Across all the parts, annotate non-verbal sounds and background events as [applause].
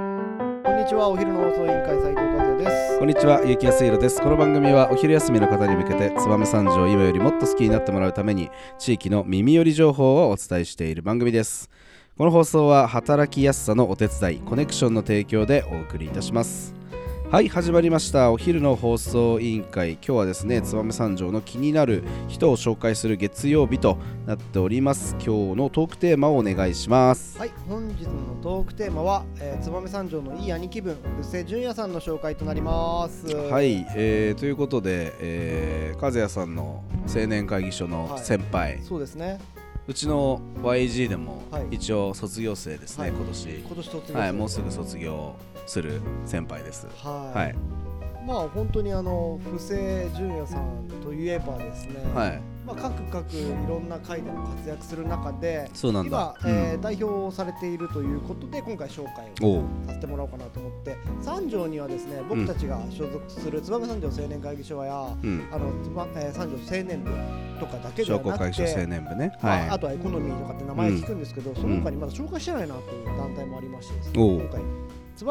にちはお昼の放送委員会斉藤和也ですこんにちは、ゆきやすいろです。この番組はお昼休みの方に向けて、燕三条を今よりもっと好きになってもらうために、地域の耳寄り情報をお伝えしている番組です。この放送は、働きやすさのお手伝い、コネクションの提供でお送りいたします。はい、始まりました。お昼の放送委員会。今日はですね、燕三条の気になる人を紹介する月曜日となっております。今日のトークテーマをお願いします。はい本日のトークテーマは、えー、燕三条のいい兄貴分布施純也さんの紹介となりますはい、えーということで、えー、和也さんの青年会議所の先輩、そうですねうちの YG でもはい一応卒業生ですね、はい今年今年卒業はいもうすぐ卒業する先輩ですはい、はいまあ本当にあの布施純也さんといえばですね、はいまあ各各いろんな会でも活躍する中でそうなんだ今、えー代表をされているということで今回紹介をうんおうさせてもらおうかなと思って三条にはですね僕たちが所属する燕三条青年会議所や、うんあのつばえー三条青年部とかだけで商は工な会く議所青て、年部ねまはいあ、あとはエコノミーとかって名前聞くんですけど、その他にまだ紹介してないなという団体もありましてですね、おう今回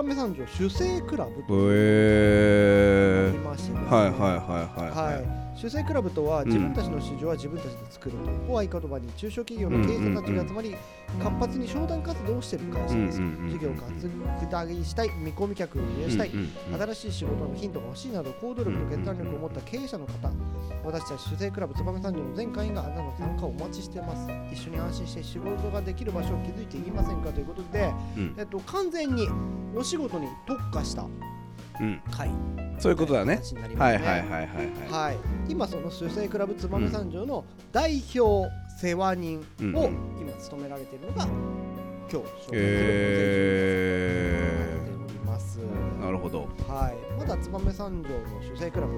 燕三条主生クラブというのがあえりましてですね、ー、はいはいはいはいはい、はい、主催クラブとはん自分たちの市場は自分たちで作ると、を合言葉に中小企業の経営者たちが集まり、活発に商談活動をしている会社です、うんうんうんうん事業を拡大したい見込み客を増やしたい、うんうんうん新しい仕事のヒントが欲しいなど行動力と決断力を持った経営者の方、私たち主催クラブ燕三条の全会員があなたの参加をお待ちしています一緒に安心して仕事ができる場所を築いていきませんかということで、うんえっと、完全にお仕事に特化したうん会そういうことだね形になりまはすいねはいはいはいははい、今その主催クラブ燕三条の代表世話人うんをうん今務められているのが今日紹介する布施純也さんになっておりえます、いなるほどはい、まだ燕三条の主催クラブ、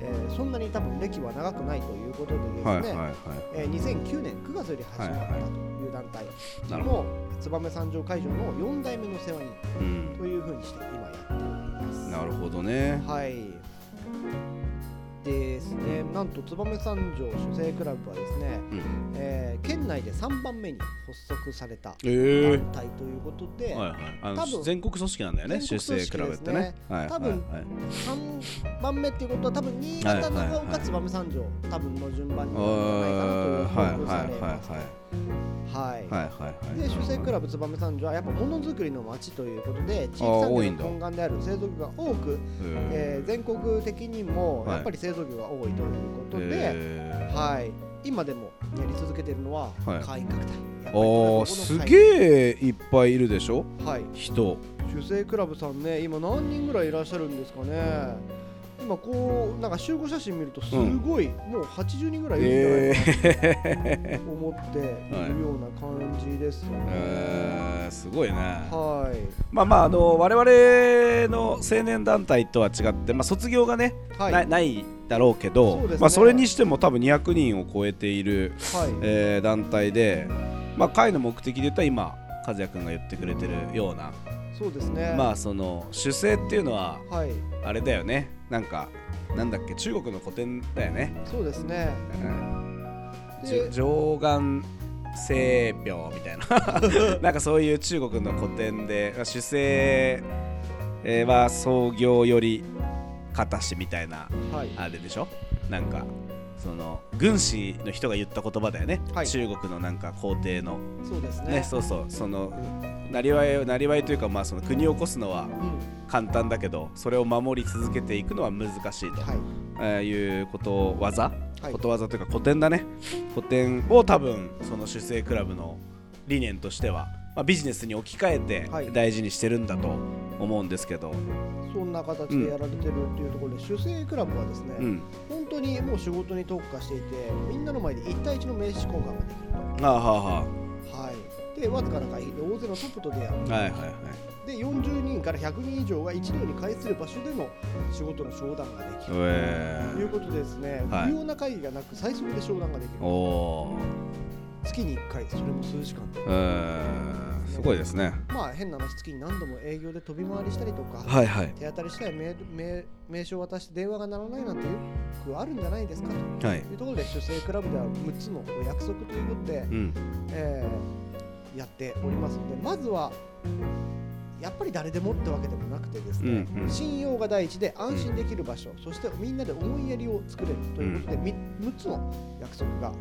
えーそんなに多分歴は長くないということでですね、はいはいはえー2009年9月より始まったという団体いなるほどの燕三条会場の4代目の世話人うんというふうにして今やっております。なるほどねはい。ですね、なんと燕三条書生クラブはですね、うんえー県内で3番目に発足されたえ団ー体ということで、はいはい、多あの分全国組織なんだよね、全国修組正織クラブってねで。はい多分はいはい3番目っていうことは多分新潟はいはい長はい岡燕三条多分の順番になるんじゃないかなという報はい告はされいはます。はいいはいはいはい。で主催クラブ燕三条はやっぱものづくりの街ということで地域産多い業んだの根幹である製造業が多く、ええー全国的にもはいやっぱり製造業が多いということで、えはい、今でもやり続けているのははい会員拡大。やっぱりああすえ。げえいっぱいいるでしょはい、人。主成クラブさんね、今何人ぐらいいらっしゃるんですかね。今こうなんか集合写真見るとすごい、もう80人ぐらいいるんえじゃないーかなと思っているような感じですよね。えーすごいね。はい、まあまああの我々の青年団体とは違って、まあ卒業がねはい、なはいい、ないだろうけど、そうですねまあそれにしても多分200人を超えている。えー団体で、まあ、会の目的で言ったら今和也君が言ってくれてるような、そうですね。まあその主制っていうのははい、あれだよねなんかなんだっけ中国の古典だよね、そうですね。うん、じでょ、上眼性病みたい [laughs] ななんかそういう中国の古典でまあ主制えーは創業より形みたいなはい、あれでしょなんかその軍師の人が言った言葉だよね、はい中国のなんか皇帝のそうですね。ね、そうそうそのなりわいなりわいというか、まあ、その国を起こすのはうん、簡単だけどそれを守り続けていくのは難しいと、はい、えーいうこと技、はいことわざというか古典だね古典を多分その主制クラブの理念としては、まあ、ビジネスに置き換はえいて大事にしてるんだと思うんですけど、そんな形でやられてるっていうところで、主成クラブはですね。うん、本当にもう仕事に特化していてみんなの前で1対1の名刺交換ができるああはあはと、はい、でわずかな会費で大勢のトップと出会うあはいはいはいで40人から100人以上が一堂に会する場所での仕事の商談ができうるえということでですね、はい不要な会議がなく最速で商談ができー、るお月に1回それも数時間ーえーすごいですねまあ変な話月に何度も営業で飛び回りしたりとか、はいはい手当たり次第メール名名刺を渡して電話が鳴らないなんてよくあるんじゃないですかとはいいうところで主成クラブでは6つのお約束ということでうんえーやっておりますのでまずはやっぱり誰でもってわけでもなくてですね、うんうん信用が第一で安心できる場所、そしてみんなで思いやりを作れるということで、み6つの約束が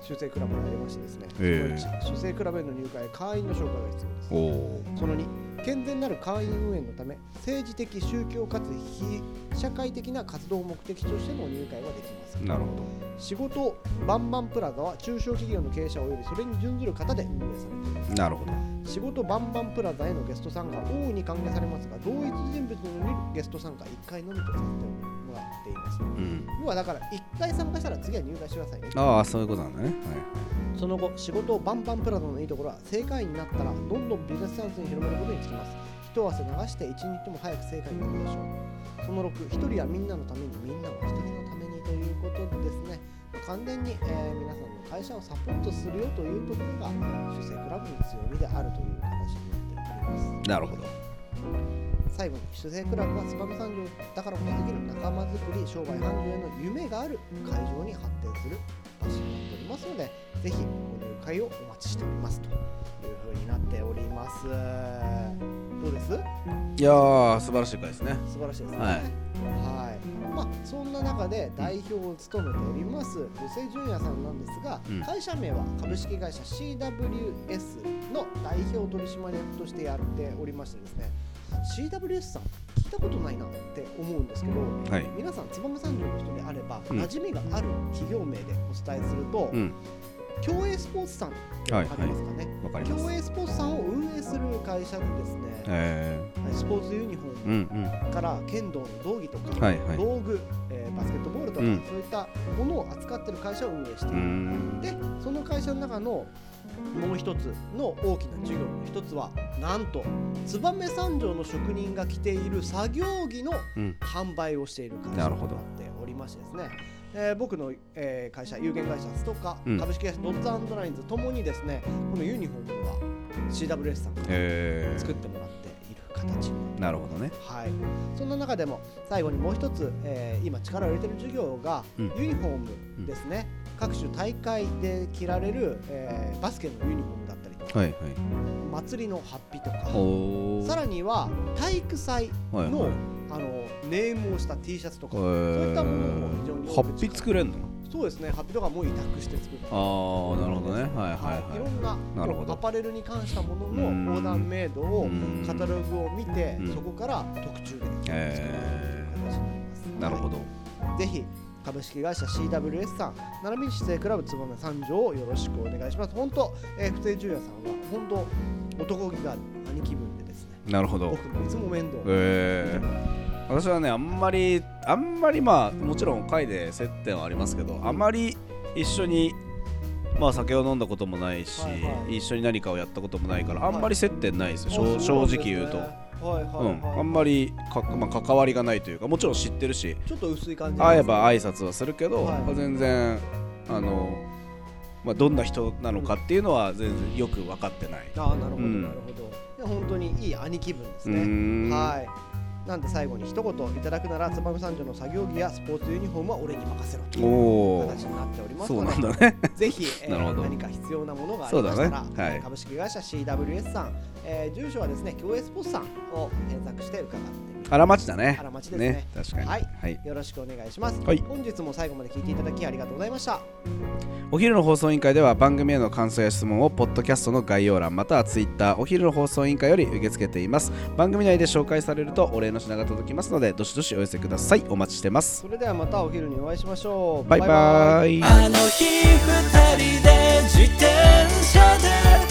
修正クラブにありましてですね、ええその1修正クラブへの入会会員の紹介が必要ですおおその2健全なる会員運営のため政治的宗教かつ非社会的な活動を目的としての入会はできますーなるほ仕事バンバンプラザは中小企業の経営者およびそれに準ずる方で運営されていますどなるほど仕事バンバンプラザへのゲスト参加は大いに歓迎されますが同一人物によるゲスト参加1回のみとさせてもらっていますうん要はだから1回参加したら次は入会してくださいねああそういうことなんだねはいその後仕事バンバンプラザのいいところは正会員になったらどんどんビジネスチャンスに広めることにつきます一汗流して一日も早く正会員になりましょうその6一人はみんなのためにみんなは一人のためにということですねまあ完全に、えー皆さんの会社をサポートするよというところが主成クラブの強みであるという形になっておりますなるほど最後に主戦クラブは燕三条だからこそできる仲間づくり商売繁盛への夢がある会場に発展する場所になっておりますのでぜひご入会をお待ちしておりますというふうになっておりますどうですいやー素晴らしい回ですね素晴らしいですねはいはいまあそんな中で代表を務めております布施純也さんなんですが、うん会社名は株式会社 CWS の代表取締役としてやっておりましてですね CWS さん聞いたことないなって思うんですけどはい皆さん燕三条の人であれば、うん馴染みがある企業名でお伝えすると、うん競泳スポーツさんってわかりますかね、わかります競泳スポーツさんを運営する会社でですね、えスポーツユニフォームー、うんうんから剣道の道着とか、はいはい道具、えーバスケットボールとか、うんそういったものを扱ってる会社を運営していうる、ーんでその会社の中のもう一つの大きな事業の一つはなんと燕三条の職人が着ている作業着のうん販売をしている会な社るにほなっどておりましてですね、えー僕の、えー会社有限会社ストカ、うん株式会社ドッツアンドラインズともにですねこのユニフォームは CWS さんからえ作っー、てもらっている形になるほどねはい、そんな中でも最後にもう一つ、えー今力を入れてる授業が、うんユニフォームですね、各種大会で着られる、えーバスケのユニフォームだったりとかはいはい祭りのハッピとおかおさらには体育祭はいの,、はいあのネームをした T シャツとか、えーそういったものも非常に多くハッピ作れんのそうですねハッピとかも委託して作るああなるほどねはいはいいはろいんななるほどアパレルに関したもののうんオーダーメイドをうんカタログを見て、うんそこから特注で作るという形になります、なるほどどぜひ株式会社 CWS さん、並びに姿勢クラブつばめ三条をよろしくお願いします。本当、えー、不正純也さんは本当男気がある兄貴分でですね、なるほど僕もいつも面倒、えー、私はねあんまりあんまりまあもちろん会で接点はありますけどあまり一緒にまあ酒を飲んだこともないし、はいは一緒に何かをやったこともないからあんまり接点ないですよ、あ正そうなんです正直ね言うと、はいはいうん、あんはまりか、まあ、関わりがないというかもちろん知ってるしい。ちょっと薄い感じなん会でえすね。ば挨拶はするけど、はいまあ全然あの、まあ、どんな人なのかっていうのは全然よく分かってない。ああ、なるほど、うんなるほど。いや本当にいい兄貴分ですうーね。んはい。なんで最後に一言いただくなら、つばめ三条の作業着やスポーツユニフォームは俺に任せろといおうお形になっておりますそうのなでん、だね。ぜひ、えーなるほど何か必要なものがありそうだまねしたら、はい株式会社 CWS さん、えー住所はですね、共栄スポーツさんを検索して伺ってみてあらまちだね。あらまちですね確かに。はいはい。よろしくお願いします、はい本日も最後まで聞いていただきありがとうございました。お昼の放送委員会では番組への感想や質問をポッドキャストの概要欄またはツイッターお昼の放送委員会より受け付けています番組内で紹介されるとお礼の品が届きますのでどしどしお寄せくださいお待ちしてますそれではまたお昼にお会いしましょう。バイバイあの日二人で自転車で